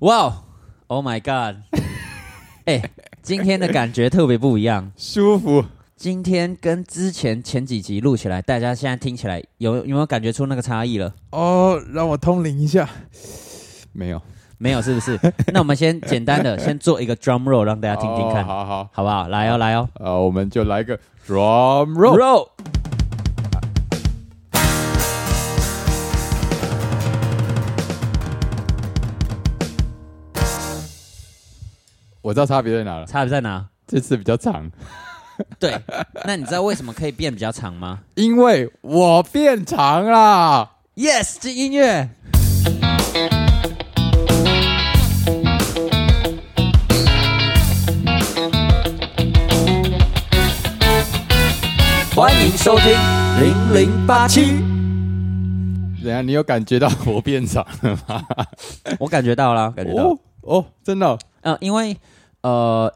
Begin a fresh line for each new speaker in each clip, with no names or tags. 哇，Oh my God！哎、今天的感觉特别不一样。
舒服。
今天跟之前前几集录起来，大家现在听起来有有没有感觉出那个差异了？
哦，让我通灵一下。没有，
没有，是不 是？那我们先简单的先做一个 drum roll，让大家听听看，
哦好好，
好不好？来哦，来哦
呃，我们就来个 drum roll。
，roll！
我知道差别在哪了，
差别在哪？
这次比较长，
对，那你知道为什么可以变比较长吗
因为我变长啦。
？Yes，这音乐。欢迎收听零零八七。
等一下，你有感觉到我变长了吗？
我感觉到了，感觉到了。
哦哦，真的哦、
呃，因为呃，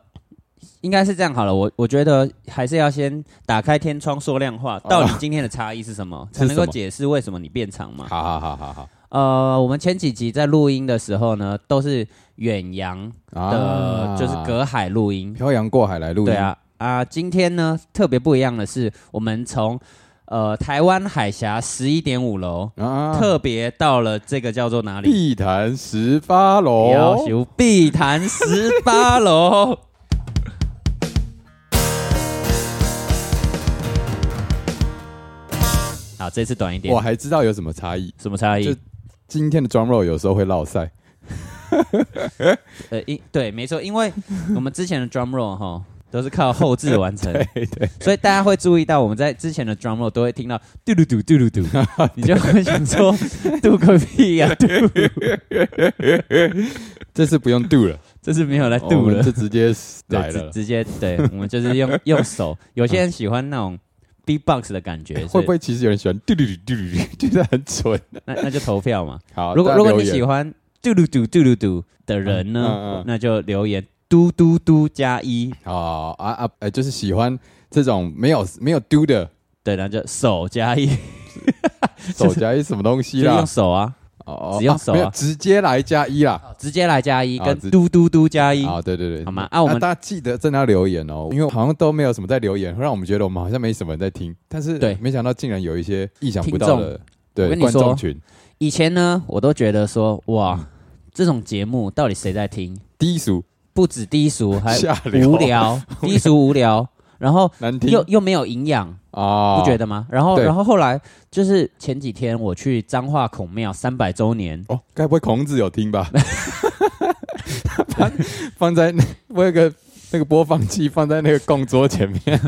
应该是这样好了，我我觉得还是要先打开天窗说亮话，到底今天的差异是什 么，才能
是
够
什么
解释为什么你变长嘛？
好好好好好
呃，我们前几集在录音的时候呢，都是远洋的，呃就是隔海录音，
啊漂洋过海来录音。
对，啊啊、今天呢特别不一样的是，我们从呃台湾海峡十一点五楼。
啊，
特别到了这个叫做哪里？
碧潭十八
要
楼。
求碧潭十八 楼。好，这次短一点
我。还知道有什么差异。
什么差异
就？今天的 drum roll 有时候会落赛，
呃，因对，没错，因为我们之前的 drum roll 哈都是靠后置完成，
对对，
所以大家会注意到我们在之前的 drum roll 都会听到嘟噜嘟嘟噜 嘟，你就会想说嘟个屁呀、嘟，
这次不用 do 了，
这是没有在
哦我
嘟
们
啊了
就，直接
对
来了
直。直接对，我们就是用用手，有些人喜欢那种 beatbox 的感觉，
会不会其实有人喜欢嘟嘟嘟嘟嘟，觉得很蠢？
那那就投票嘛。
好，
如果
大家
如果
留
你
言
喜欢嘟噜嘟嘟噜嘟的人呢，
嗯嗯嗯
那就留言嘟嘟嘟加一，
哦啊啊，呃，就是喜欢这种没有没有嘟的
对，那就手加一，
手加一什么东
就
西啦
用，手啊，
哦
只用手啊
没有直接来加一啦。
直接来加一，
啊
跟
直
嘟嘟嘟加一。
啊，对对对，
好吗啊
那
我们
大家记得真的要留言哦，因为好像都没有什么在留言，会让我们觉得我们好像没什么人在听，但是
对
没想到竟然有一些意想不到的
我
对
跟你
观
说
众群
以前呢，我都觉得说，
嗯
哇，这种节目到底谁在听？
低俗
不止低俗，还
下流
无 聊，低俗无聊，然后
难听
又又没有营养，
啊，
不觉得吗？然后
对
然后后来就是前几天我去彰化孔庙三百周年，
哦，该不会孔子有听 吧？放放在那我有个那个播放器放在那个供桌前面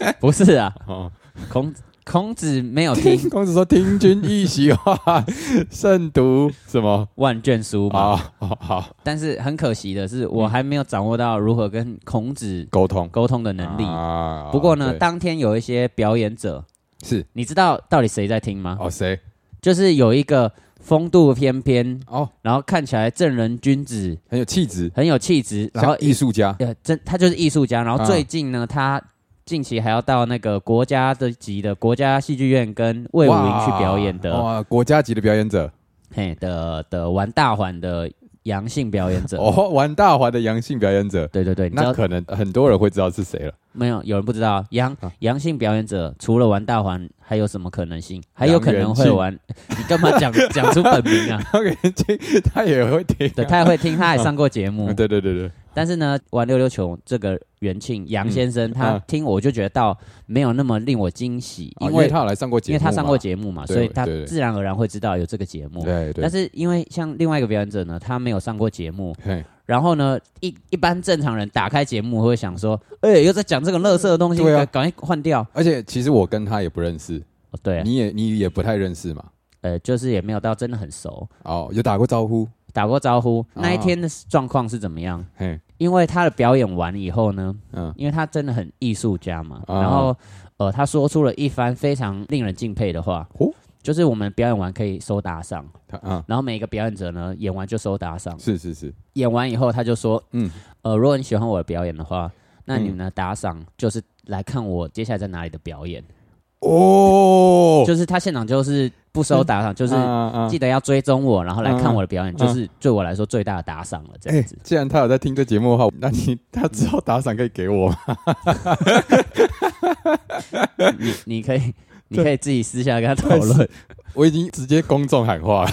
哎
不是啊，
哦。
孔孔子没有听
孔子说：“听君一席话，胜读什么
万卷书？”嘛，
啊，好好
但是很可惜的是，我还没有掌握到如何跟孔子
沟通
沟通的能力。
啊
不过呢，
对
当天有一些表演者，
是
你知道到底谁在听吗？
哦谁
就是有一个风度翩翩，
哦
然后看起来正人君子，
很有气质，
很有气质，然后
像艺术家
呃，真他就是艺术家。然后
啊
最近呢，他近期还要到那个国家的级的国家戏剧院跟魏武营去表演的，
哇，哦国家级的表演者
嘿的的玩大环的阳性表演者。
哦，玩大华的阳性表演者，
对对对，你知
那
道
可能很多人会知道是 谁了。
没有？有人不知道阳
啊
阳性表演者除了玩大环，还有什么可能性？还有可能会玩？ 你干嘛讲讲出本名啊？
他可能听他也会听，
对，他也会听，他还上过节目
嗯。 对对对对，
但是呢，玩溜溜球这个元庆杨先生，他
啊
听我就觉得到没有那么令我惊喜，
哦
因
因为
为
他有来上过节
因
目
为
嘛，
他上过节目嘛，
对
所以他
对对
自然而然会知道有这个节目。
对对，
但是因为像另外一个表演者呢，他没有上过节目，
嘿
然后呢，一一般正常人打开节目会想说，哎、又在讲这个垃圾的东西，
对啊
赶赶快换掉。
而且其实我跟他也不认识，
哦，对，
你也你也不太认识嘛。
呃，就是也没有到真的很熟，
哦，有打过招呼，
打过招呼。
哦
那一天的状况是怎么样？
嘿，
因为他的表演完以后呢，
嗯，
因为他真的很艺术家嘛，
啊
然后呃，他说出了一番非常令人敬佩的话，
哦
就是我们表演完可以收打赏，
他啊，
然后每一个表演者呢演完就收打赏，
是是是，
演完以后他就说，
嗯，
呃，如果你喜欢我的表演的话，那你们的打赏就是来看我接下来在哪里的表演，
哦，
就是他现场就是。不收打赏，就是
嗯嗯
记得要追踪我，然后来看我的表演，
嗯
就是对我来说最大的打赏了。这
哎、
样子，
既然他有在听这节目的话， 那你他之后打赏可以给我吗？ 哎
你你可以你可以自己私下跟他讨论。
我已经直接公众喊话了，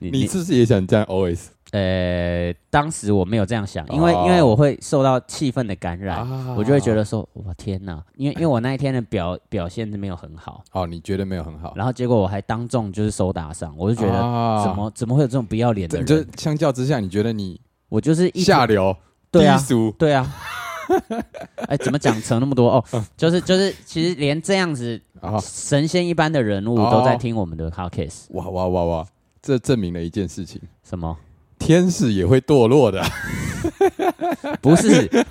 你
你是不是也想这样 always
呃，当时我没有这样想，因为
哦
因为我会受到气氛的感染，
啊
我就会觉得说，我天哪！因为因为我那一天的表表现没有很好，
哦，你觉得没有很好，
然后结果我还当众就是手打上，我就觉得
啊
怎么怎么会有这种不要脸的
这这
人？
相较之下，你觉得你
我就是一
下流、
对啊
低俗
对 啊，哎，怎么讲成那么多哦？就是就是，其实连这样子
啊？
神仙一般的人
哦
物都在听我们的 podcast，
哇哇哇哇！这证明了一件事情：
什么？
天使也会堕落的
不是，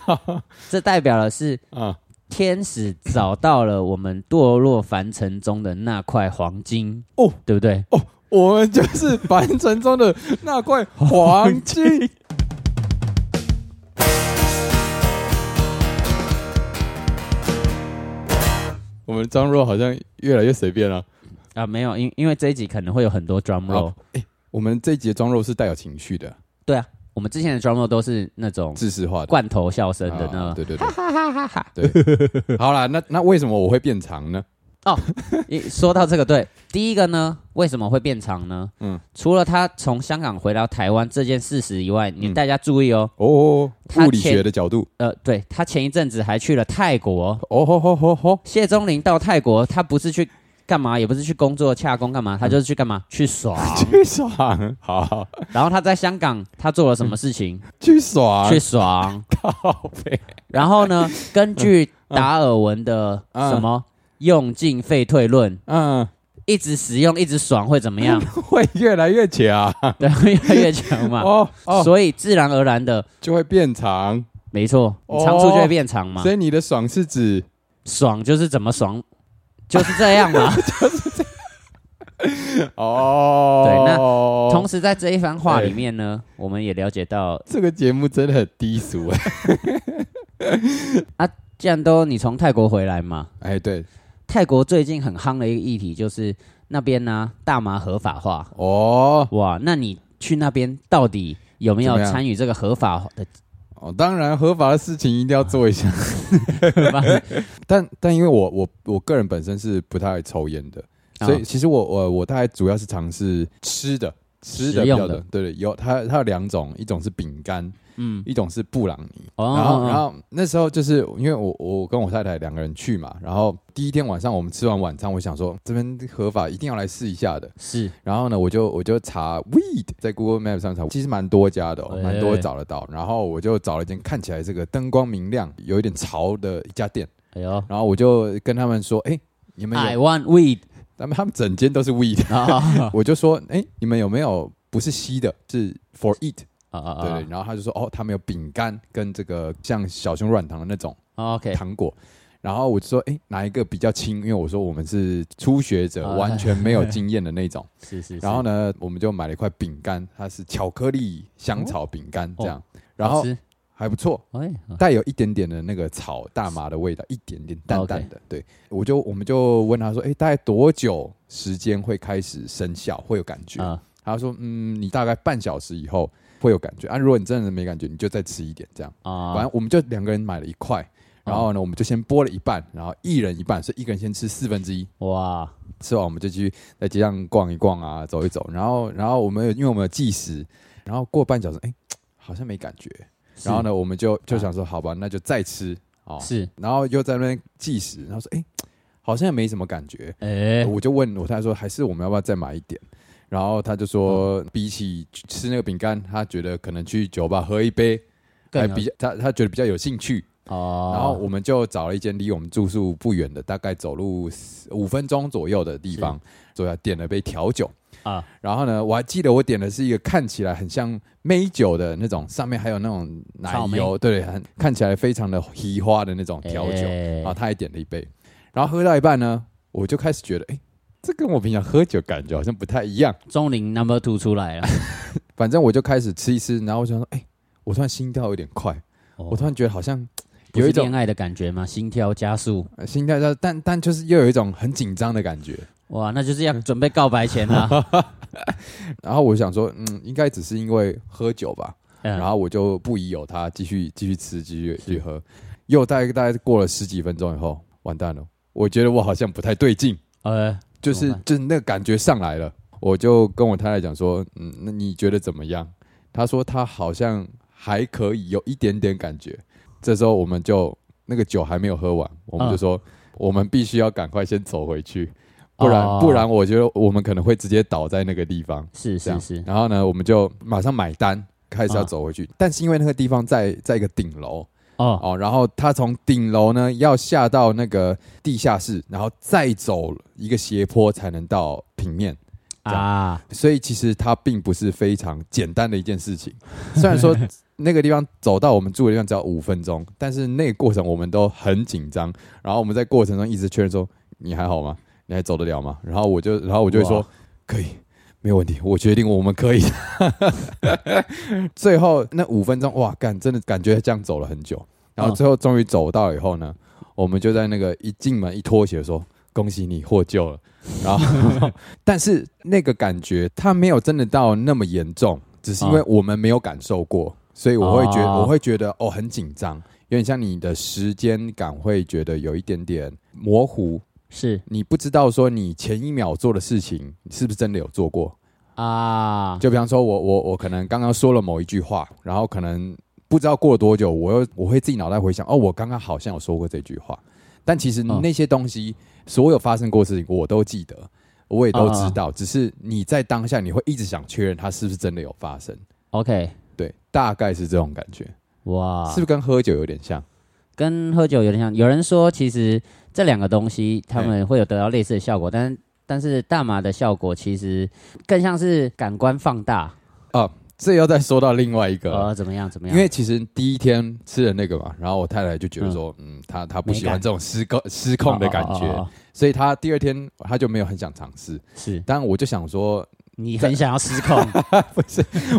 这代表了是
啊！
天使找到了我们堕落凡尘中的那块黄金
哦，
对不对？
我们就是凡尘中的那块黄金。 我们张若好像越来越随便了。
啊，没有，因因为这一集可能会有很多 drum roll，、
哦我们这一集的装肉是带有情绪的、
我们之前的 drum roll 都是那种
知识化的、
罐头笑声的
啊
那
对对对对。好啦，那那为什么我会变长呢？
一说到这个，对，第一个呢，为什么会变长呢？
嗯
嗯，除了他从香港回到台湾这件事实以外，你
嗯
大家注意哦，
哦，
他
物理
前
学的角度，
呃，对他前一阵子还去了泰国，
哦吼吼吼 吼，
谢宗林到泰国，他不是去干嘛，也不是去工作洽工干嘛，他就是去干嘛？去爽。
去爽，好，
然后他在香港，他做了什么事情？
去爽，啊
去爽。
靠背，
然后呢，根据达尔文的
嗯
什么用进废退论，
嗯，
一直使用一直爽会怎么样？
会越来越强，
对，会越来越强嘛。
嗯哦哦，
啊所以自然而然的，
就会变长，
没错，
哦
你长处就会变长嘛。
所以你的爽 是指
爽就是怎么爽，就是这样嘛。
哦，
对那同
同
时在这一番话里面呢，我们也了解到，
这个节目真的很低俗 哎，
既然都你从泰国回来嘛，
哎对，
泰国最近很夯的一个议题就是那边呢、大麻合法化。
哦
哇，那你去那边到底有没有
怎么样
参与这个合法的？
哦，当然合法的事情一定要做一 下，但但因为我我我个人本身是不太爱抽烟的，所以
啊
其实我我我大概主要是尝试吃的。吃的
食
比
用
较
的
的，对对，有它它有两种，一种是饼干，
嗯，
一种是布朗尼。
哦
然后，然
哦
后那时候就是因为我我跟我太太两个人去嘛，然后第一天晚上我们吃完晚餐，我想说这边合法一定要来试一下的。
是
然后呢，我就我就查 weed，在 Google Map 上查，其实蛮多家的、哦，
哎
蛮多找得到。然后我就找了一间看起来这个灯光明亮、有一点潮的一家店，
哎呦
然后我就跟他们说：“哎，你们
，I
有？
want weed
他们他们整间都是 weed。
啊”
我就说：“哎，你们有没有不是吸的，是 for eat？”
啊
对
啊
对，然后他就说：“哦，他们有饼干跟这个像小熊软糖的那种。”
啊！OK，
糖果。然后我就说，哎，哪一个比较轻？因为我说我们是初学者，
啊
完全 没有经验的那种。
是是。
然后
呢？
呢，我们就买了一块饼干，它是巧克力香草饼干这样，
哦
然
好
后
吃
还不错，
哎，啊
带有一点点的那个草大麻的味道，一点点淡
OK
淡的。对，我就我们就问他说，哎，大概多久时间会开始生效，会有感觉？
啊，
他说，嗯，你大概半小时以后会有感觉啊。如果你真的没感觉，你就再吃一点这样。
啊
反正我们就两个人买了一块，然后呢，我们就先剥了一半，然后一人一半，所以一个人先吃四分之一。
哇，
吃完我们就去在街上逛一逛啊，走一走。然后，然后我们有因为我们有计时，然后过半小时，哎、好像没感觉。
是啊
然后？呢，我们就就想说，好吧，那就再吃哦。
是，
然后又在那边计时，然后说，哎、好像也没什么感觉。
哎，
我就问我太太说，还是我们要不要再买一点？然后他就说，
嗯
比起去吃那个饼干，他觉得可能去酒吧喝一杯，还
更有
比较他他觉得比较有兴趣。
哦，
然后我们就找了一间离我们住宿不远的，大概走路10五分钟左右的地方，所以啊点了杯调酒。
啊，
然后呢，我还记得我点的是一个看起来很像美酒的那种，上面还有那种奶
草莓
油，对，很看起来非常的稀花的那种调酒。啊
哎
然后他也点了一杯，然后喝到一半呢，我就开始觉得，哎，这跟我平常喝酒感觉好像不太一样。
钟灵 number two 出来了，
反正我就开始吃一吃，然后我想说，哎，我突然心跳有点快，我
我
突然觉得好像
哦不
有
是
一种
恋爱的感觉吗？心跳加速
呃心跳加，但但就是又有一种很紧张的感觉，
哇，那就是要准备告白前啦。
然后我想说，嗯，应该只是因为喝酒吧。
嗯
然后我就不疑有他，继续继续吃，继续继续喝。又大概大概过了十几分钟以后，完蛋了，我觉得我好像不太对劲，
呃，
就
怎
是
么办
就是那个感觉上来了。我就跟我太太讲说，嗯，那你觉得怎么样？她说她好像还可以，有一点点感觉。这时候我们就那个酒还没有喝完，我
嗯
们就说、我们必须要赶快先走回去，不然、
哦
不然我觉得我们可能会直接倒在那个地方。
是
这
是
样
是，
然后呢，我们就马上买单，开始要
嗯
走回去。但是因为那个地方在在一个顶楼
哦
哦，然后他从顶楼呢要下到那个地下室，然后再走一个斜坡才能到平面。这样
啊，
所以其实它并不是非常简单的一件事情。虽然说那个地方走到我们住的地方只要五分钟，但是那个过程我们都很紧张。然后我们在过程中一直确认说：“你还好吗？你还走得了吗？”然后我就，然后我就会说
哇：“
可以，没有问题，我决定我们可以。” 最后那五分钟，哇，干，真的感觉这样走了很久。然后最后终于走到以后呢，我们就在那个一进门一脱鞋说：“恭喜你获救了。”然后，但是那个感觉它没有真的到那么严重，只是因为我们没有感受过，所以我会觉
哦
我会觉得哦很紧张，有点像你的时间感会觉得有一点点模糊，
是
你不知道说你前一秒做的事情是不是真的有做过，
啊，
就比方说我，我我可能刚刚说了某一句话，然后可能不知道过了多久，我又我会自己脑袋回想，哦，我刚刚好像有说过这句话，但其实
嗯
那些东西，所有发生过的事情我都记得，我也都知
啊
道，只是你在当下你会一直想确认它是不是真的有发生，
OK，
对，大概是这种感觉，
哇，
是不是跟喝酒有点像？
跟喝酒有点像。有人说，其实这两个东西他们会有得到类似的效果，但但是大麻的效果其实更像是感官放大，
这要再说到另外一个了。
呃，怎么样怎么样？
啊因为其实第一天吃了那个嘛，然后我太太就觉得说，嗯，她她不喜欢
没感
这种失控失控的感
哦哦哦
觉
哦，
所以她第二天她就没有很想尝试。
是
但我就想说，
你很想要失 控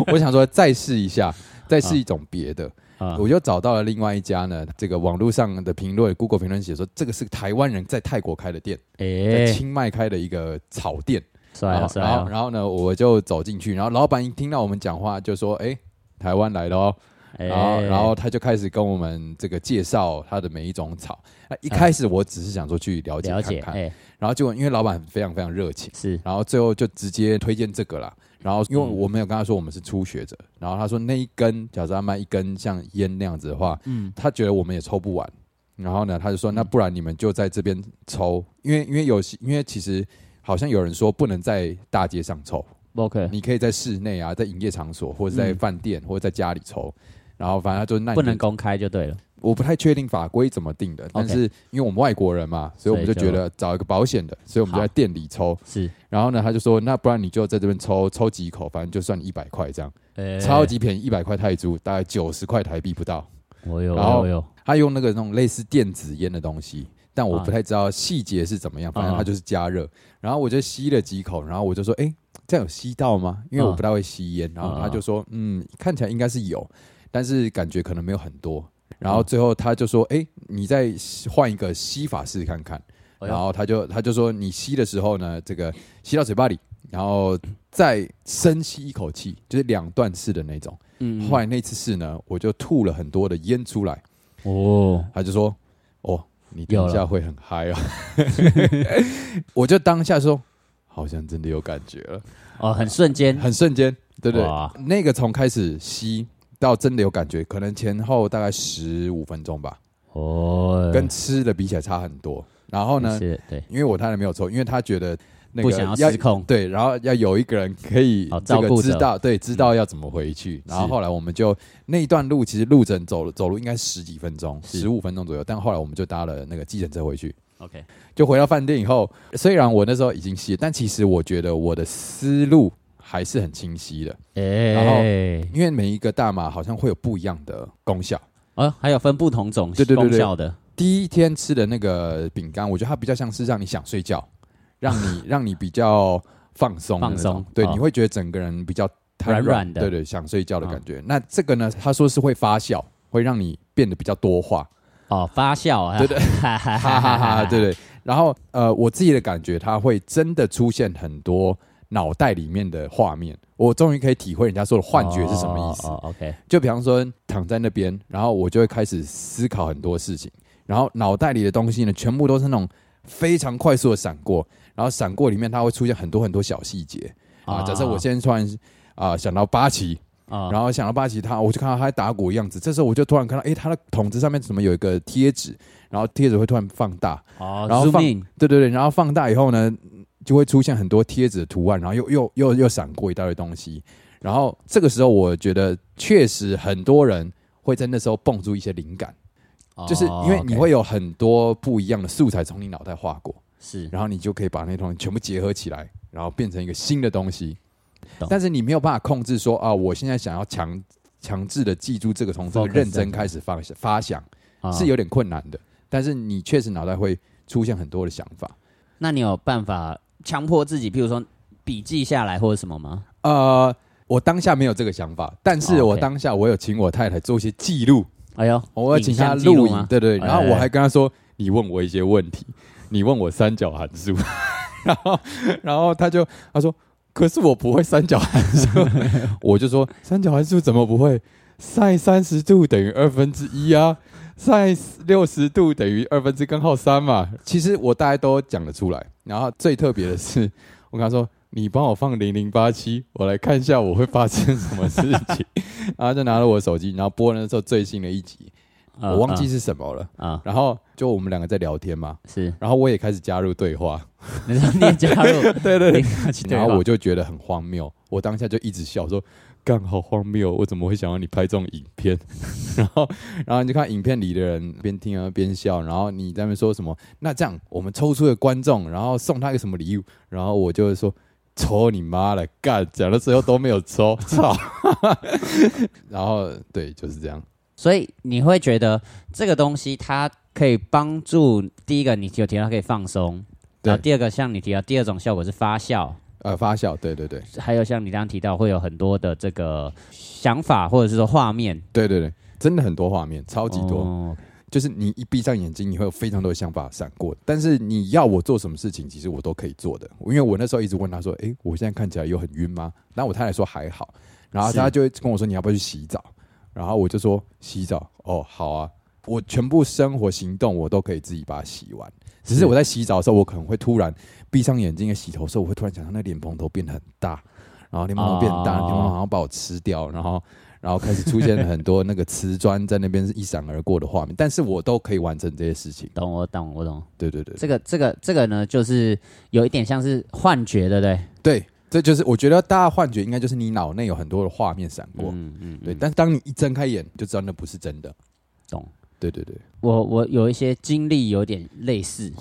我想说再试 一下，再试一种别的。
啊
我就找到了另外一家呢，这个网络上的评论，Google 评论写说，这个是台湾人在泰国开的店，在
哎，
清迈开的一个草店。
帅
然
了
后
帅
然后
了，
然后呢，我就走进去，然后老板一听到我们讲话，就说：“哎，台湾来了哦。”
哎
然后，然后他就开始跟我们这个介绍他的每一种草。那一开始我只是想说去了解
啊了解
看看，
哎
然后结果因为老板非常非常热情，
是
然后最后就直接推荐这个啦。然后
嗯
因为我没有跟他说我们是初学者，然后他说那一根，假设他卖一根像烟那样子的话，
嗯
他觉得我们也抽不完。然后呢，他就说那不然你们就在这边抽，因为因为有些因为其实好像有人说不能在大街上抽，
OK，
你可以在室内啊，在营业场所，或者在
嗯
饭店，或者在家里抽。然后反正他就那你
不
就
能公开就对了，
我不太确定法规怎么定的，但是因为我们外国人嘛，所以我们就
所以就
觉得找一个保险的，所以我们就在店里抽。
是
然后呢，他就说，那不然你就在这边抽抽几口，反正就算你一百块这样，
哎
超，级便宜，一百块泰铢，大概九十块台币不到。
我有
然后
我有
他用那个那种类似电子烟的东西，但我
啊
不太知道细节是怎么样，反正
啊
它就是加热。然后我就吸了几口，然后我就说：“哎、这样有吸到吗？”因为我
啊
不太会吸烟。然后
啊
他就说：“嗯，看起来应该是有，但是感觉可能没有很多。”然
啊
后最后他就说：“哎、你再换一个吸法试看看。”
哎呦
然后他就他就说：“你吸的时候呢，这个吸到嘴巴里，然后再深吸一口气，就是两段式的那种。”
嗯
后来那次试呢，我就吐了很多的烟出来。
哦
他就说：“哦，你等一
有
下会很 嗨啊！” 我就当下说：“好像真的有感觉了，
哦，很瞬间
很瞬间，对不对
哇？”
那个从开始吸到真的有感觉，可能前后大概十五分钟吧，
哦，
跟吃的比起来差很多。然后呢，
是对
因为我太太没有抽，因为她觉得那个
不想要失控
对，然后要有一个人可以
好
这
照
个
顾
知
着嗯
道，对，知道要怎么回去。然后
是
后来我们就那一段路，其实路程走走路应该十几分钟，
是
十五分钟左右，但后来我们就搭了那个计程车回去。
OK
就回到饭店以后，虽然我那时候已经吸了，但其实我觉得我的思路还是很清晰的，
哎，
因为每一个大麻好像会有不一样的功效。
哦，还有分不同种
对对对对
功效的，
第一天吃的那个饼干，我觉得它比较像是让你想睡觉，让 你让你比较放松的那
放
种，
松
对，
哦
你会觉得整个人比较瘫
软软的嗯
对对，想睡觉的感觉。那这个呢，他说是会发酵， 会让你变得比较多话，
哦，发酵啊，
对对
哈哈
哈哈哈，对，对。然后呃，我自己的感觉，它会真的出现很多脑袋里面的画面。我终于可以体会人家说的幻觉是什么意思。
哦哦，OK，
就比方说躺在那边，然后我就会开始思考很多事情，然后脑袋里的东西呢，全部都是那种非常快速的闪过，然后闪过里面它会出现很多很多小细节
哦
啊。假设我现在突然啊、想到八旗，
啊
然后想到八旗他，我就看到他在打鼓的样子，这时候我就突然看到，诶，他的筒子上面怎么有一个贴纸，然后贴纸会突然放大，
哦，
然后
zoom
放
in
对对对，然后放大以后呢，就会出现很多贴纸的图案，然后又又又又闪过一大堆东西。然后这个时候，我觉得确实很多人会在那时候蹦出一些灵感，就是因为你
哦，OK，
会有很多不一样的素材从你脑袋划过，
是
然后你就可以把那些东西全部结合起来，然后变成一个新的东西
懂。
但是你没有办法控制说啊，我现在想要强强制的记住这个，从这个
Focus
认真
在
开始发发想
啊
是有点困难的。但是你确实脑袋会出现很多的想法。
那你有办法强迫自己，譬如说笔记下来或者什么吗？
呃，我当下没有这个想法，但
哦，OK
是我当下我有请我太太做一些记录，
哎呦，
我要请她
影像记录
录
吗
影，对对，对
哎
然后我还跟她说，你问我一些问题，你问我三角函数， 然后然后她就她说，可是我不会三角函 数，我就说三角函数怎么不会？晒三十度等于二分之一啊，晒六十度等于二分之根号三嘛。其实我大概都讲得出来，然后最特别的是， 我跟他说：“你帮我放零零八七，我来看一下我会发生什么事情。”然后就拿了我手机，然后播那时候最新的一集，
嗯
我忘记是什么了。
嗯啊，
然后就我们两个在聊天嘛，
是，
然后我也开始加入对话，，
你说你也加入
对对对，然后我
就
就觉得很荒谬，我当下就一直笑说：“干好荒谬，我怎么会想要你拍这种影片？” 然后，然后你就看影片里的人边听啊边笑，然后你在那边说什么？那这样我们抽出的观众，然后送他一个什么礼物？然后我就会说：“抽你妈了，干！”讲到最后都没有抽，操！ 然后对，就是这样。
所以你会觉得这个东西它可以帮助第一个，你有提到可以放松。
对
然后第二个，像你提到第二种效果是发酵，
呃，发酵，对对对，
还有像你刚刚提到会有很多的这个想法或者是说画面，
对对对，真的很多画面，超级多。
哦
就是你一闭上眼睛，你会有非常多的想法闪过。但是你要我做什么事情，其实我都可以做的。因为我那时候一直问他说：“诶，我现在看起来有很晕吗？”然后我太太说还好，然后
是
他就会跟我说：“你要不要去洗澡？”然后我就说：“洗澡哦，好啊。”我全部生活行动我都可以自己把它洗完，只是
是
我在洗澡的时候，我可能会突然闭上眼睛的洗头的时候，我会突然想到那莲蓬头变得很大，然后莲蓬头变大，
哦
莲蓬头好像把我吃掉，然后然后开始出现了很多那个瓷砖在那边是一闪而过的画面，但是我都可以完成这些事情。
懂我懂我懂。
对对对
这个这个这个呢，就是有一点像是幻觉，对不对？
对，这就是我觉得大家幻觉应该就是你脑内有很多的画面闪过，
嗯嗯，
对，但是当你一睁开眼就知道那不是真的。
懂。
对对对，
我我有一些经历有点类 似，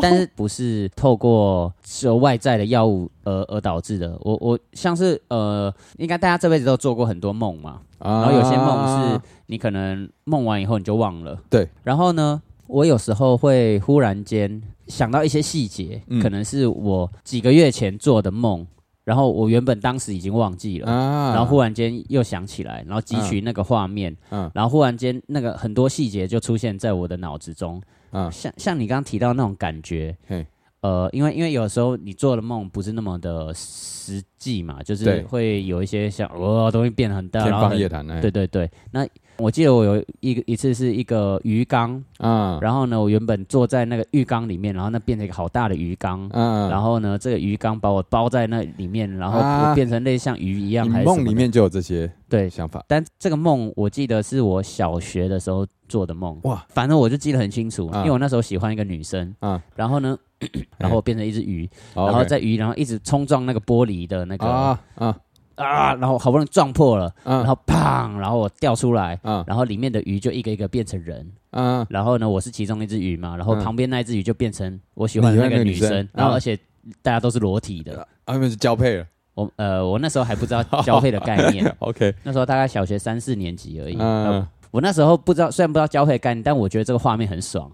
但是不是透过是外在的药物而而导致的。我我像是呃，应该大家这辈子都做过很多梦嘛，
然
然后有些梦是你可能梦完以后你就忘了。
啊对。
然后呢，我有时候会忽然间想到一些细节，
嗯
可能是我几个月前做的梦，然后我原本当时已经忘记了。
啊
然后忽然间又想起来，然后汲取那个画面，
嗯
然后忽然间那个很多细节就出现在我的脑子中，
嗯
像像你刚刚提到那种感觉
嘿，
呃，因为因为有时候你做的梦不是那么的实际嘛，就是
对
会有一些像哦东西变得很大，
天
然后
方
很
夜谭哎，
对对对，那我记得我有一个一次是一个鱼缸，
啊
然后呢，我原本坐在那个浴缸里面，然后那变成一个好大的鱼缸。
啊
然后呢，这个鱼缸把我包在那里面，然后
啊
我变成类似像鱼一样，
你
还是什
梦
么
里
的
面就有这些
对，
想法
但这个梦我记得是我小学的时候做的梦，
哇，
反正我就记得很清楚，
啊
因为我那时候喜欢一个女生，
啊
然后呢， 然后我变成一只鱼，
然
然后在鱼，然后一直冲撞那个玻璃的那个啊
啊啊
然后好不容易撞破了，
啊
然后砰，然后我掉出来。
啊
然后里面的鱼就一个一个变成人，
啊
然后呢，我是其中一只鱼嘛，然后
嗯
旁边那一只鱼就变成我喜欢的
你
那
喜欢
个
那个
女
女生
生，然后
啊
而且大家都是裸体的，
啊！你们就交配了
我呃，我那时候还不知道交配的概 念，
，OK，
那时候大概小学三四年级而已，
嗯，
我那时候不知道，虽然不知道交配概念，但我觉得这个画面很 爽。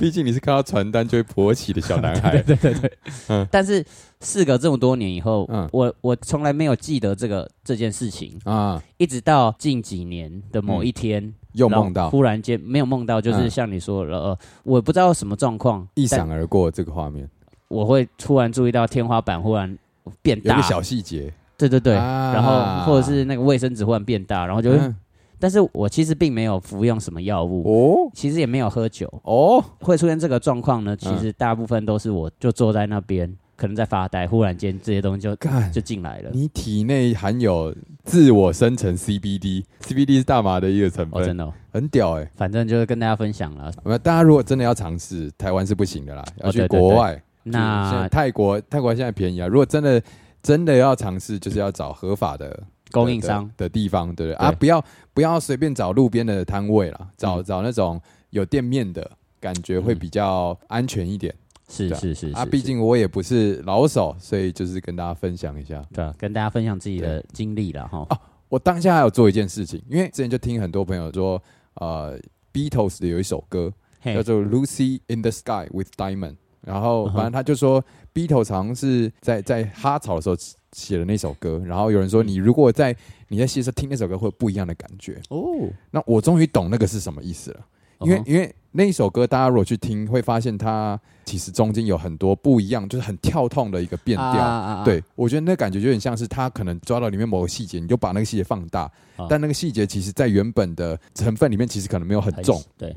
毕竟你是看到传单就会勃起的小男 孩，
对对对，
嗯
但是事隔这么多年以后，
嗯
我我从来没有记得这个这件事情，
啊，
一直到近几年的某一天，
又嗯梦
然后
到，
忽然间没有梦到，就是
嗯
像你说的，呃，我不知道什么状况，
一
但
闪而过这个画面，
我会突然注意到天花板忽然变
有一
大
个，小细节，
对对对，
啊
然后或者是那个卫生纸忽然变大，然后就会，
嗯
但是我其实并没有服用什么药物，
哦
其实也没有喝酒，
哦，
会出现这个状况呢，其
嗯
实大部分都是我就坐在那边，可能在发呆，忽然间这些东西就
干
就进来了。
你体内含有自我生成 CBD，CBD 是大麻的一个成
哦，真
分，
的哦、
很屌哎、
反正就是跟大家分享了。
那大家如果真的要尝试，台湾是不行的啦，要去
哦对对
国外。就是现在
那
泰国泰国现在便宜啊，如果真的真的要尝试，就是要找合法的
供应商
的的的地方，对不对啊？
对嗯
不要不要随便找路边的摊位啦，找找那种有店面的。感觉会比较安全一点、
是
对
是是
啊，
是，
毕竟我也不是老手，所以就是跟大家分享一下。
对啊，跟大家分享自己的经历了哈。
我当下还有做一件事情，因为之前就听很多朋友说，呃，Beatles 的有一首歌，
嘿
叫，做《Lucy in the Sky with Diamond》。然后
嗯哼
反正他就说，Beatles 好像是在在哈草的时候写的那首歌。然后有人说，
嗯
你如果在你在洗车听那首歌，会有不一样的感觉。
哦，
那我终于懂那个是什么意思了，哦因为
嗯哼
因为那一首歌，大家如果去听，会发现它其实中间有很多不一样，就是很跳痛的一个变
啊
调。
啊啊
对，我觉得那感觉就有点像是他可能抓到里面某个细节，你就把那个细节放大
啊，
但那个细节其实在原本的成分里面其实可能没有很重。，
对，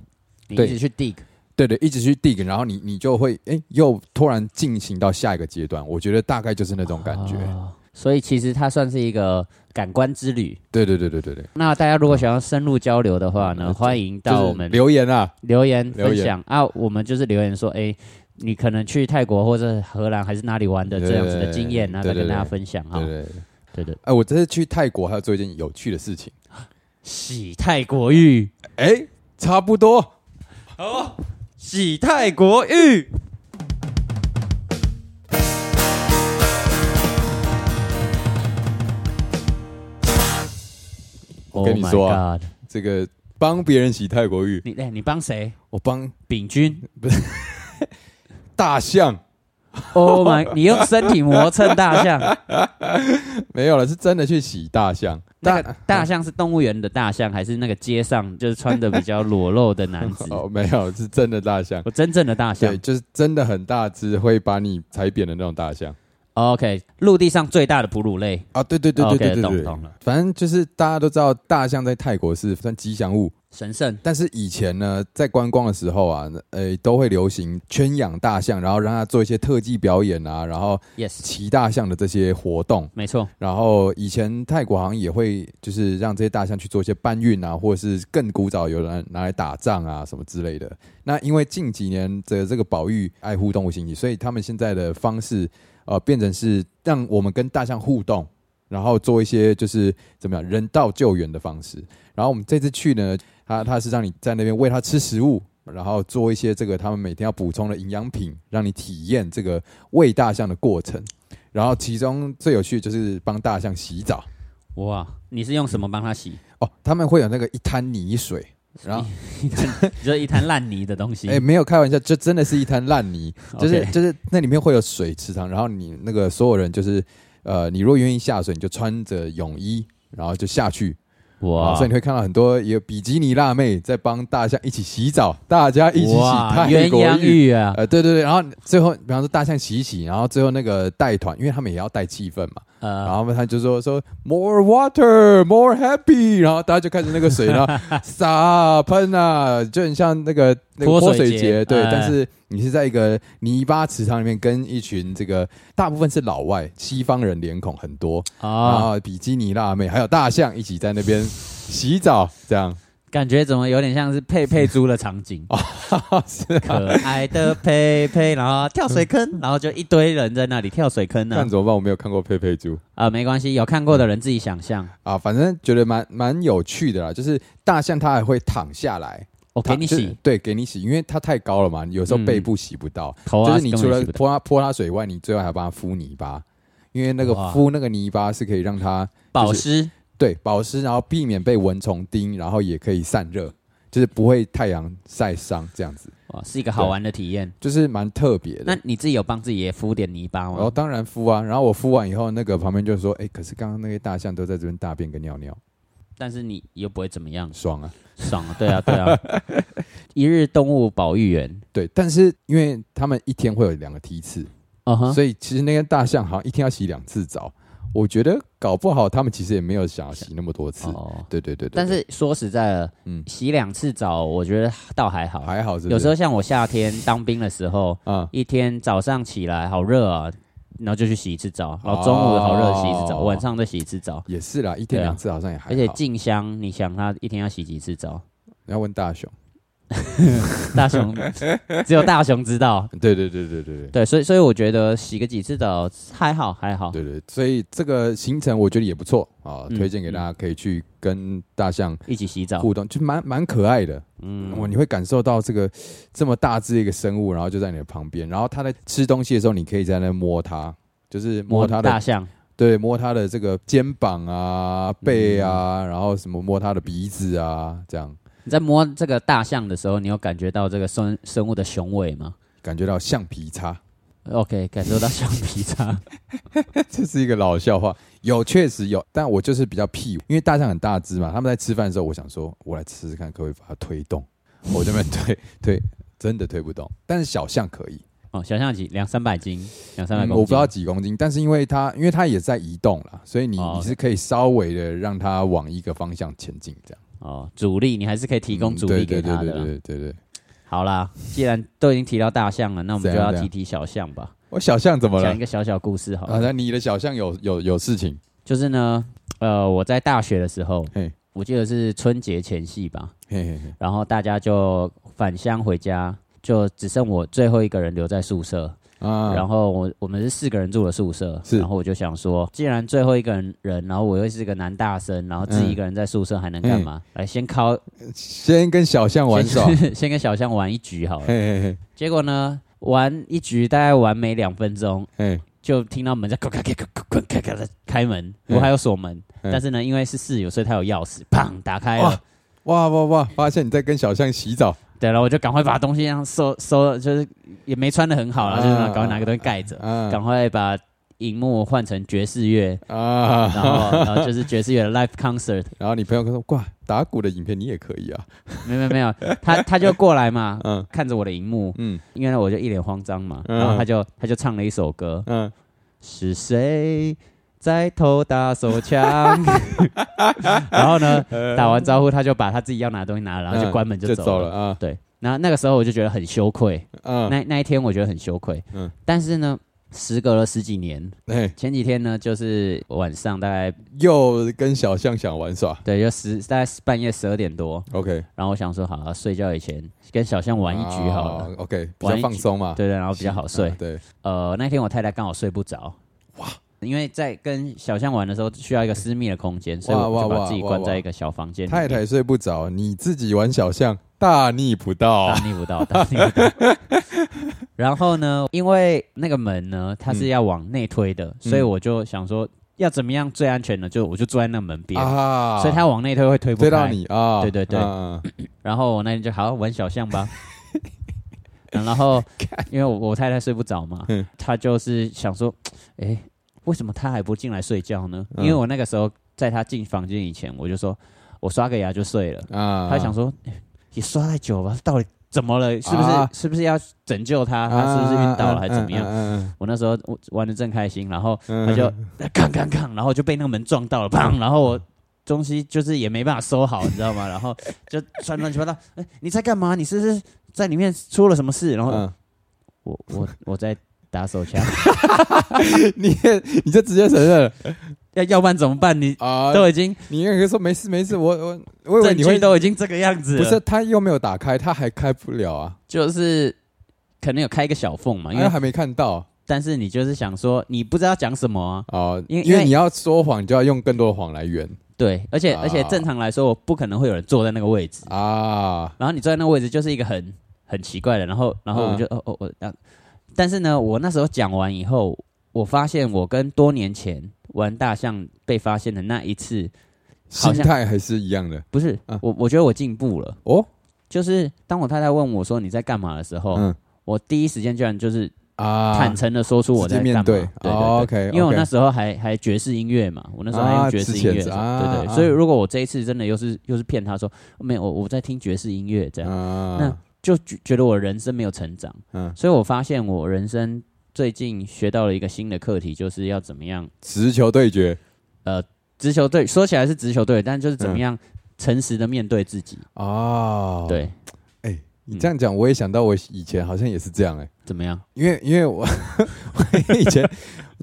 你
对
一直去 dig，
对对，一直去 dig，然后你你就会哎，诶又突然进行到下一个阶段。我觉得大概就是那种感觉。
哦所以其实它算是一个感官之旅。
对对对对对对，
那大家如果想要深入交流的话
嗯
呢，欢迎
就
到
是
我们
留言啊，
留言
留
分
言
享啊，我们就是留言说，哎，你可能去泰国或者荷兰还是哪里玩的
对
这样子的经验，
对
那
对
再跟
对
大家
对
分享哈
对。对。对
对对，
哎，我这次去泰国还要做一件有趣的事情。
洗泰国浴，
哎，差不多。
洗泰国浴。
我跟你说啊
Oh my God，
这个帮别人洗泰国浴，
你哎，你帮谁？
我帮
秉钧。
大象
Oh my，你用身体磨蹭大象，
没有了，是真的去洗大象。
那
大？
个大象是动物园的大象，还是那个街上就是穿的比较裸露的男子
哦，没有，是真的大象。
我真正的大象
对，。就是真的很大只，会把你踩扁的那种大象。
哦 OK，陆地上最大的哺乳类。
啊，对对对对
OK，
对对
懂
对，
懂了
反正就是大家都知道，大象在泰国是算吉祥物，
神圣
但是以前呢，在观光的时候啊，呃，都会流行圈养大象，然后让它做一些特技表演啊，然后
，Yes，
骑大象的这些活动。
没错，
然后以前泰国好像也会就是让这些大象去做一些搬运啊，或者是更古早有人拿来打仗啊什么之类的。那因为近几年的这个保育爱护动物兴起，所以他们现在的方式呃变成是让我们跟大象互动，然后做一些就是怎么样人道救援的方式。然后我们这次去呢，他他是让你在那边喂它吃食物。然后做一些这个他们每天要补充的营养品，让你体验这个喂大象的过程。然后其中最有趣的就是帮大象洗澡
哇，你是用什么帮它洗？
哦，他们会有那个一滩泥水，然后
就是一滩烂泥的东西。
哎、没有开玩笑，就真的是一滩烂 泥，
OK
就是就是那里面会有水池塘，然后你那个所有人就是呃，你如果愿意下水，你就穿着泳衣。然后就下去，啊，
哇，
所以你会看到很多也有比基尼辣妹在帮大象一起洗澡，大家一起洗
哇
泰
鸳
国
鸯
浴，
浴啊，
呃，对对对，然后最后比方说大象洗一洗，然后最后那个带团，因为他们也要带气氛嘛，然
呃，
后他就说说 more water more happy，然后大家就开始那个水呢 撒啊喷啊，就很像那个那个
泼
泼
水
水节
节
对，
哎
但是你是在一个泥巴池塘里面跟一群这个大部分是老外西方人脸孔很多，然
哦，
后比基尼辣妹还有大象一起在那边洗澡，这样
感觉怎么有点像是佩佩猪的场 景，
哦是
可啊爱的佩佩，然后跳水坑，然后就一堆人在那里跳水坑呢
嗯看。怎么办？我没有看过佩佩猪。
啊，没关系，有看过的人自己想象。
啊，反正觉得蛮蛮有趣的啦，就是大象它还会躺下来，
我给你
躺就是
洗
对，给你洗，因为它太高了嘛，有时候
嗯
背部洗不到，
头
就
啊，
是你除
根本
了
洗不到
泼它泼它水以外，你最后还要帮它敷泥巴，因为那个
哇
敷那个泥巴是可以让它
保湿，
对保湿，然后避免被蚊虫叮，然后也可以散热，就是不会太阳晒伤这样子，
哇，是一个好
啊
玩的体验。
就是蛮特别
那
的。
你自己有帮自己也敷点泥巴
然后
吗？
当然敷啊，然后我敷完以后，那个旁边就说：“哎、可是刚刚那些大象都在这边大便跟尿尿。”
但是你又不会怎么样，
爽啊！
爽啊！对啊，对啊。 一日动物保育 园，
对，但是因为他们一天会有两个梯次，
嗯哼，
所以其实那根大象好像一天要洗两次澡。我觉得搞不好他们其实也没有想要洗那么多次。
哦，
对对对对，
但是说实在的，
嗯
洗两次澡我觉得倒还好
对。还好是不是，
有时候像我夏天当兵的时候，
啊，
一天早上起来好热啊，然后就去洗一次澡，然后
哦
中午好热洗一次澡，晚上再洗一次澡，
也是啦，一
对
天
啊
两次好像也还好。
而且静香，你想他一天要洗几次澡？
你要问大雄，
大雄 只有大雄知道。
对对对对对对。
对，所以所以我觉得洗个几次澡还好还好。
对对，所以这个行程我觉得也不错啊，
嗯
推荐给大家可以去跟大象
一起洗澡，
互动，就蛮蛮可爱的。
嗯，
哦，你会感受到这个这么大只的一个生物，然后就在你的旁边，然后它在吃东西的时候，你可以在那摸它，就是摸它
大
的，
象，
对，摸它的这个肩膀啊、背啊，
嗯
然后什么摸它的鼻子啊，这样
你在摸这个大象的时候，你有感觉到这个生生物的雄伟吗
感觉到橡皮擦，
？OK，感受到橡皮擦。
这是一个老笑话。有，确实有，但我就是比较屁，因为大象很大只嘛，他们在吃饭的时候，我想说，我来吃吃看，可不可以把它推 动，我这边推推，真的推不动，但是小象可以。
哦，小象几两三百斤，两三百
嗯
公斤，
我不知道几公斤，但是因为它因为它也在移动啦，所以你、
哦
你是可以稍微的让它往一个方向前进，这样
哦，主力你还是可以提供
嗯
主力
对
给
对
他
对
的
对
啦。
对对对。
好啦，既然都已经提到大象了，那我们
怎
就
样
要
怎样
提提小象吧，
我哦小象怎么
讲
了
一？个小小故事好
啊，
了。
那你的小象有有有事情？
就是呢，呃，我在大学的时候
嘿，
我记得是春节前夕吧，
嘿嘿嘿，
然后大家就返乡回家，就只剩我最后一个人留在宿舍。
啊，
然后我我们是四个人住的宿舍，
是
然后我就想说，既然最后一个人人，然后我又是个男大生，然后自
嗯
己一个人在宿舍还能干嘛？来，先靠
先跟小象嗯玩
先
耍，嘿
先跟 小象玩一局好了。
嘿嘿
结果呢，玩一局大概玩没两分钟，
嘿，
就听到门在咔咔咔咔咔咔咔的开门，
嗯
我还有锁门，
嗯
但是呢，因为是室友，所以他有钥匙，砰打开了
哇。哇哇哇！发现你在跟小象洗澡，
对，然后我就赶快把东西这样收收，就是也没穿的很好，然后就
啊
赶快拿个东西盖着，
啊
赶快把荧幕换成爵士乐，
啊，
然后然后就是爵士乐的 live concert，
然后你朋友跟我说，哇，打鼓的影片你也可以啊，
没有没有没有， 他他就过来嘛，
嗯
看着我的荧幕，
嗯
因为呢我就一脸慌张嘛，
嗯
然后他就他就唱了一首歌，
嗯，
是谁在偷打手枪？ 然后呢，打完招呼他就把他自己要拿的东西拿了，然后就
嗯
关门
就
就走了。
了啊，
对，那那个时候我就觉得很羞愧，
嗯，
那那一天我觉得很羞愧。
嗯
嗯，但是呢，时隔了十几年，
嘿，
前几天呢，就是晚上大概
又跟小象想玩耍
对，就十大概半夜十二点多，
，OK。
然后我想说，好、啊，睡觉以前跟小象玩一局好了。
哦 OK，比较
玩一局
放松嘛，
对对，然后比较好睡
啊。对，
呃，那天我太太刚好睡不着，哇，因为在跟小象玩的时候需要一个私密的空间，所以
哇
我就
哇
把自己
哇
关
哇
在一个小房间里面。
太太睡不着，你自己玩小象，大逆不道
大逆不道，大逆不道。 然后呢，因为那个门呢，它
嗯
是要往内推的，所以我就想说，要怎么样最安全呢？就我就坐在那门边，
啊！
所以它往内推会推不
追到
开。
你啊！
对对对
嗯嗯
然后我那天就好玩小象 吧。然后，因为我我太太睡不着嘛
嗯，
她就是想说，哎，为什么她还不进来睡觉呢？
嗯
因为我那个时候在她进房间以前，我就说我刷个牙就睡了。
啊，
他想说诶也刷太久了吧，到底怎么了？是不是、
啊
是不是要拯救他？啊他是不是晕倒了还是怎么样？
样？
我那时候我玩的正开心，然后
他
他就杠杠杠，然后就被那个门撞到了，砰！然后我东西就是也没办法收好，你知道吗？然后就穿乱七八糟，哎、你在干嘛？你是不是在里面出了什么事？然
嗯
后、我我我在打手枪，
你也你就直接承认了
要要不然怎么办？你
啊！
都已经
你应该说没事没事，我我我以为
证
你会
据都已经这个样子
不
了，
是他又没有打开，他还开不了啊，
就是可能有开一个小缝嘛，啊因
因
为
为还没看到
但是你就是想说，你不知道讲什么啊？
啊，
因为
因
因
为
为
你要说谎，就要用更多的谎来圆
对，而且、
啊
而且正常来说，我不可能会有人坐在那个位置，
啊
然后你坐在那个位置就是一个很很奇怪的，然后然后我就、
嗯
哦哦我、啊，但是呢，我那时候讲完以后，我发现我跟多年前玩大象被发现的那一次，
心
好像
态还是一样的
不是、
啊
我，我觉得我进步了。
哦，
就是当我太太问我说你在干嘛的时候，
嗯
我第一时间居然就是
啊，
坦诚的说出我在
直接
干嘛。
面对
对
哦
对对，
OK，
因为我
OK
那时候还还爵士音乐嘛，我那时候还
啊
用爵士音乐
之前
的时候，
啊
对
啊
对。所以如果我这一次真的又是又是骗他说没有，我我在听爵士音乐这样，
啊
那，就觉觉得我人生没有成长。
嗯，
所以我发现我人生最近学到了一个新的课题，就是要怎么样
直球对决
直球对，说起来是直球对，但就是怎么样诚实的面对自己，
哦，，
对，嗯
哎，你这样讲，我也想到我以前好像也是这样，哎。
怎么样？
因为因为我我以前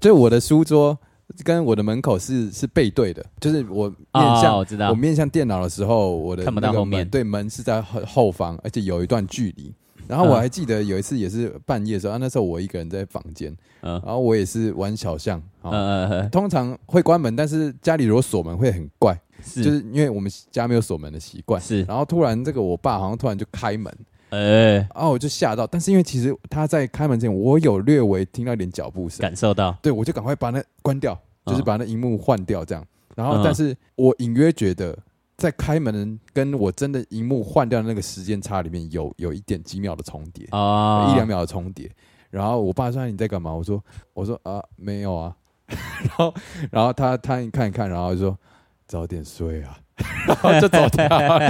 就我的书桌跟我的门口是是背对的，就是我面
哦，
向、
我知道
我，面向电脑的时候，我的
看不到
那个
后面
门对门是在后后方，而且有一段距离。然后
嗯
我还记得有一次也是半夜的时候，啊、那时候我一个人在房间，
嗯
然后我也是玩小象，
呃
哦
呃，呃
通常会关门，但是家里如果锁门会很怪，
是
就是因为我们家没有锁门的习惯。
是，
然后突然这个我爸好像突然就开门，
呃，
啊，我就吓到，但是因为其实他在开门之前，我有略微听到一点脚步声，
感受到，
对，我就赶快把那关掉，就是
嗯
把那荧幕换掉这样。然后
嗯，
但是我隐约觉得，在开门跟我真的荧幕换掉的那个时间差里面有有一点几秒的重叠，
哦，
一两秒的重叠。然后我爸说哎：“你在干嘛？”我说：“我说啊，没有啊。” 然后，然后他他一看一看，然后就说：“早点睡啊。”然后就走掉了。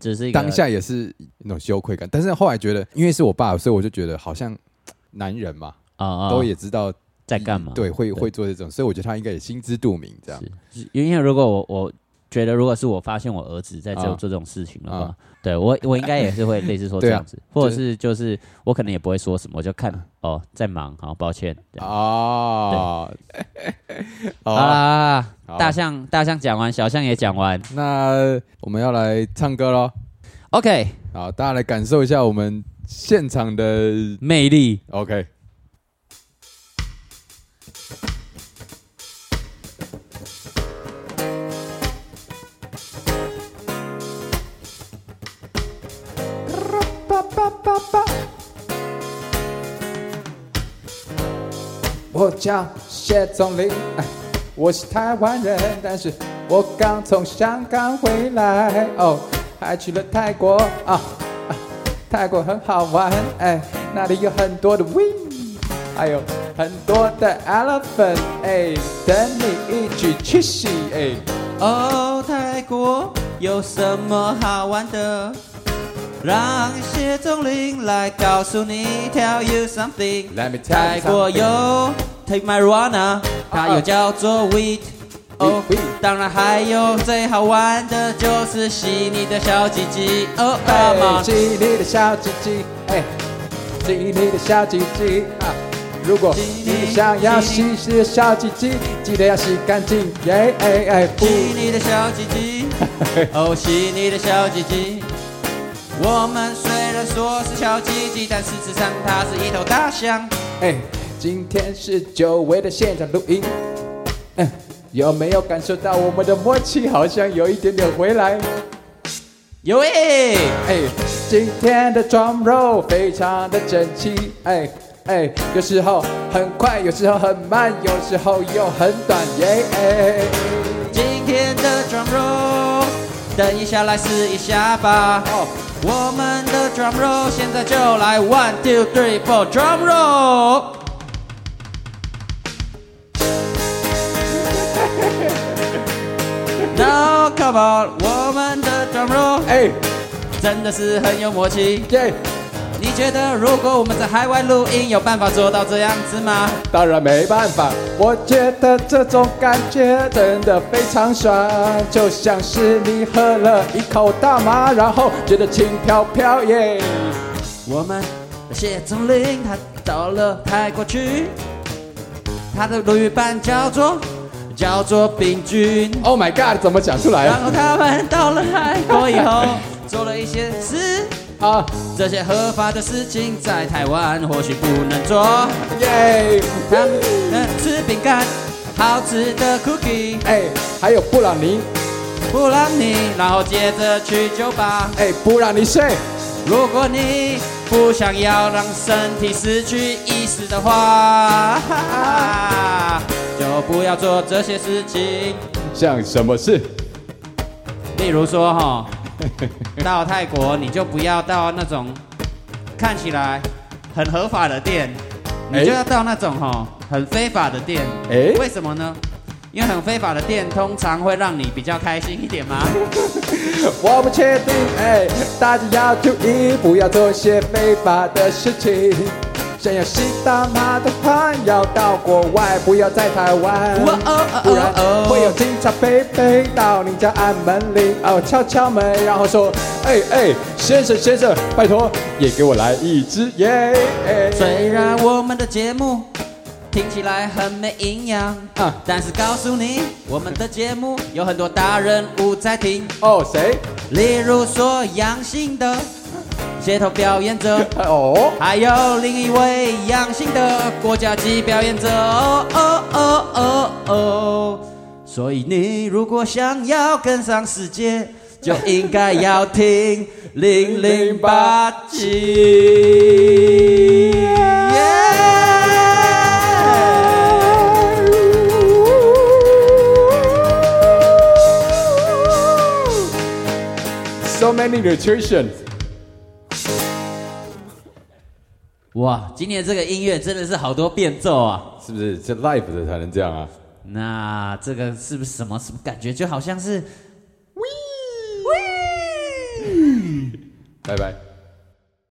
只是一个
当下也是那种羞愧感，但是后来觉得，因为是我爸，所以我就觉得好像男人嘛，
啊啊，
都也知道
在干嘛？
对，会
对
会做这种，所以我觉得他应该也心知肚明这样。
是，是因为如果我我觉得如果是我发现我儿子在做
啊
做这种事情的话，
啊
对我我应该也是会类似说这
对啊啊
样子，或者
就是
就是我可能也不会说什么，我就看哦在忙，好抱歉。这样
啊，
好
好啊，
啦，
好啊
大象大象讲完，小象也讲完
那我们要来唱歌喽，
，OK，
好，大家来感受一下我们现场的
魅力
OK。我叫谢宗林，哎我是台湾人，但是我刚从香港回来哦，还去了泰国啊。啊泰国很好玩，哎，那里有很多的 w i n 还有很多的 elephant，哎，等你一起去洗，哎。
哦，泰国有什么好玩的？让谢宗林来告诉你，Tell you something。
Let me tell you 啊
泰国有 Take Marijuana，它有叫做 Weed。哦
Weed，weed，
当然还有最好玩的就是洗你的小鸡鸡。哦，Come
哎，
on，
记你的小鸡鸡，哎，记你的小鸡鸡啊！如果
记你
你想要洗你的小鸡鸡，记得要洗干净，耶，哎哎，不
洗，你的小鸡 鸡，哦，洗你的小鸡鸡。我们虽然说是小鸡鸡，但事实上它是一头大象。
哎，今天是久违的现场录音，嗯，有没有感受到我们的默契好像有一点点回来？
有诶、
哎，今天的 drum roll 非常的整齐，哎哎，有时候很快，有时候很慢，有时候又很短，耶！哎
今天的 drum roll，等一下来试一下吧。
哦，
我们的 drum roll 现在就来 one two three four drum roll。Now come on，我们的 drum roll
哎
真的是很有默契。
耶，
你觉得如果我们在海外录音，有办法做到这样子吗？
当然没办法，我觉得这种感觉真的非常爽，就像是你喝了一口大麻，然后觉得轻飘飘，耶！
我们的谢宗林他到了泰国去，他的旅伴叫做叫做病菌。
Oh my god，怎么讲出来
然
啊？
后他们到了泰国以后，做了一些事，
啊，
这些合法的事情在台湾或许不能做。
耶！
他们呃吃饼干，好吃的 cookie
哎，还有布朗尼，
不让你，然后接着去酒吧。
哎，不让你睡。
如果你不想要让身体失去意识的话， 就不要做这些事情。
像什么事？
例如说，哈，到泰国你就不要到那种看起来很合法的店，你
哎
就要到那种哈很非法的店。
哎
为什么呢？因为很非法的店通常会让你比较开心一点嘛。
我不确定，哎，大家要注意，不要做些非法的事情。想要吸大麻的话，要到国外，不要在台湾，
哇哦哦
不然
哦哦
会有警察贝贝到你家按门铃，哦，敲敲门，然后说，哎哎，先生先生，拜托，也给我来一支耶！哎
虽然我们的节目听起来很没营养，
啊
但是告诉你，我们的节目有很多大人物在听，
哦谁？
例如说阳性的街头表演者。
哦，
还有另一位阳性的国家级表演者，哦哦哦哦哦。所以你如果想要跟上世界，就应该要听零零八七。
So many nutrition，
哇，今年这个音乐真的是好多变奏啊！
是不是？这 live 的才能这样啊？
那这个是不是什么什么感觉？就好像是，喂喂。
拜拜。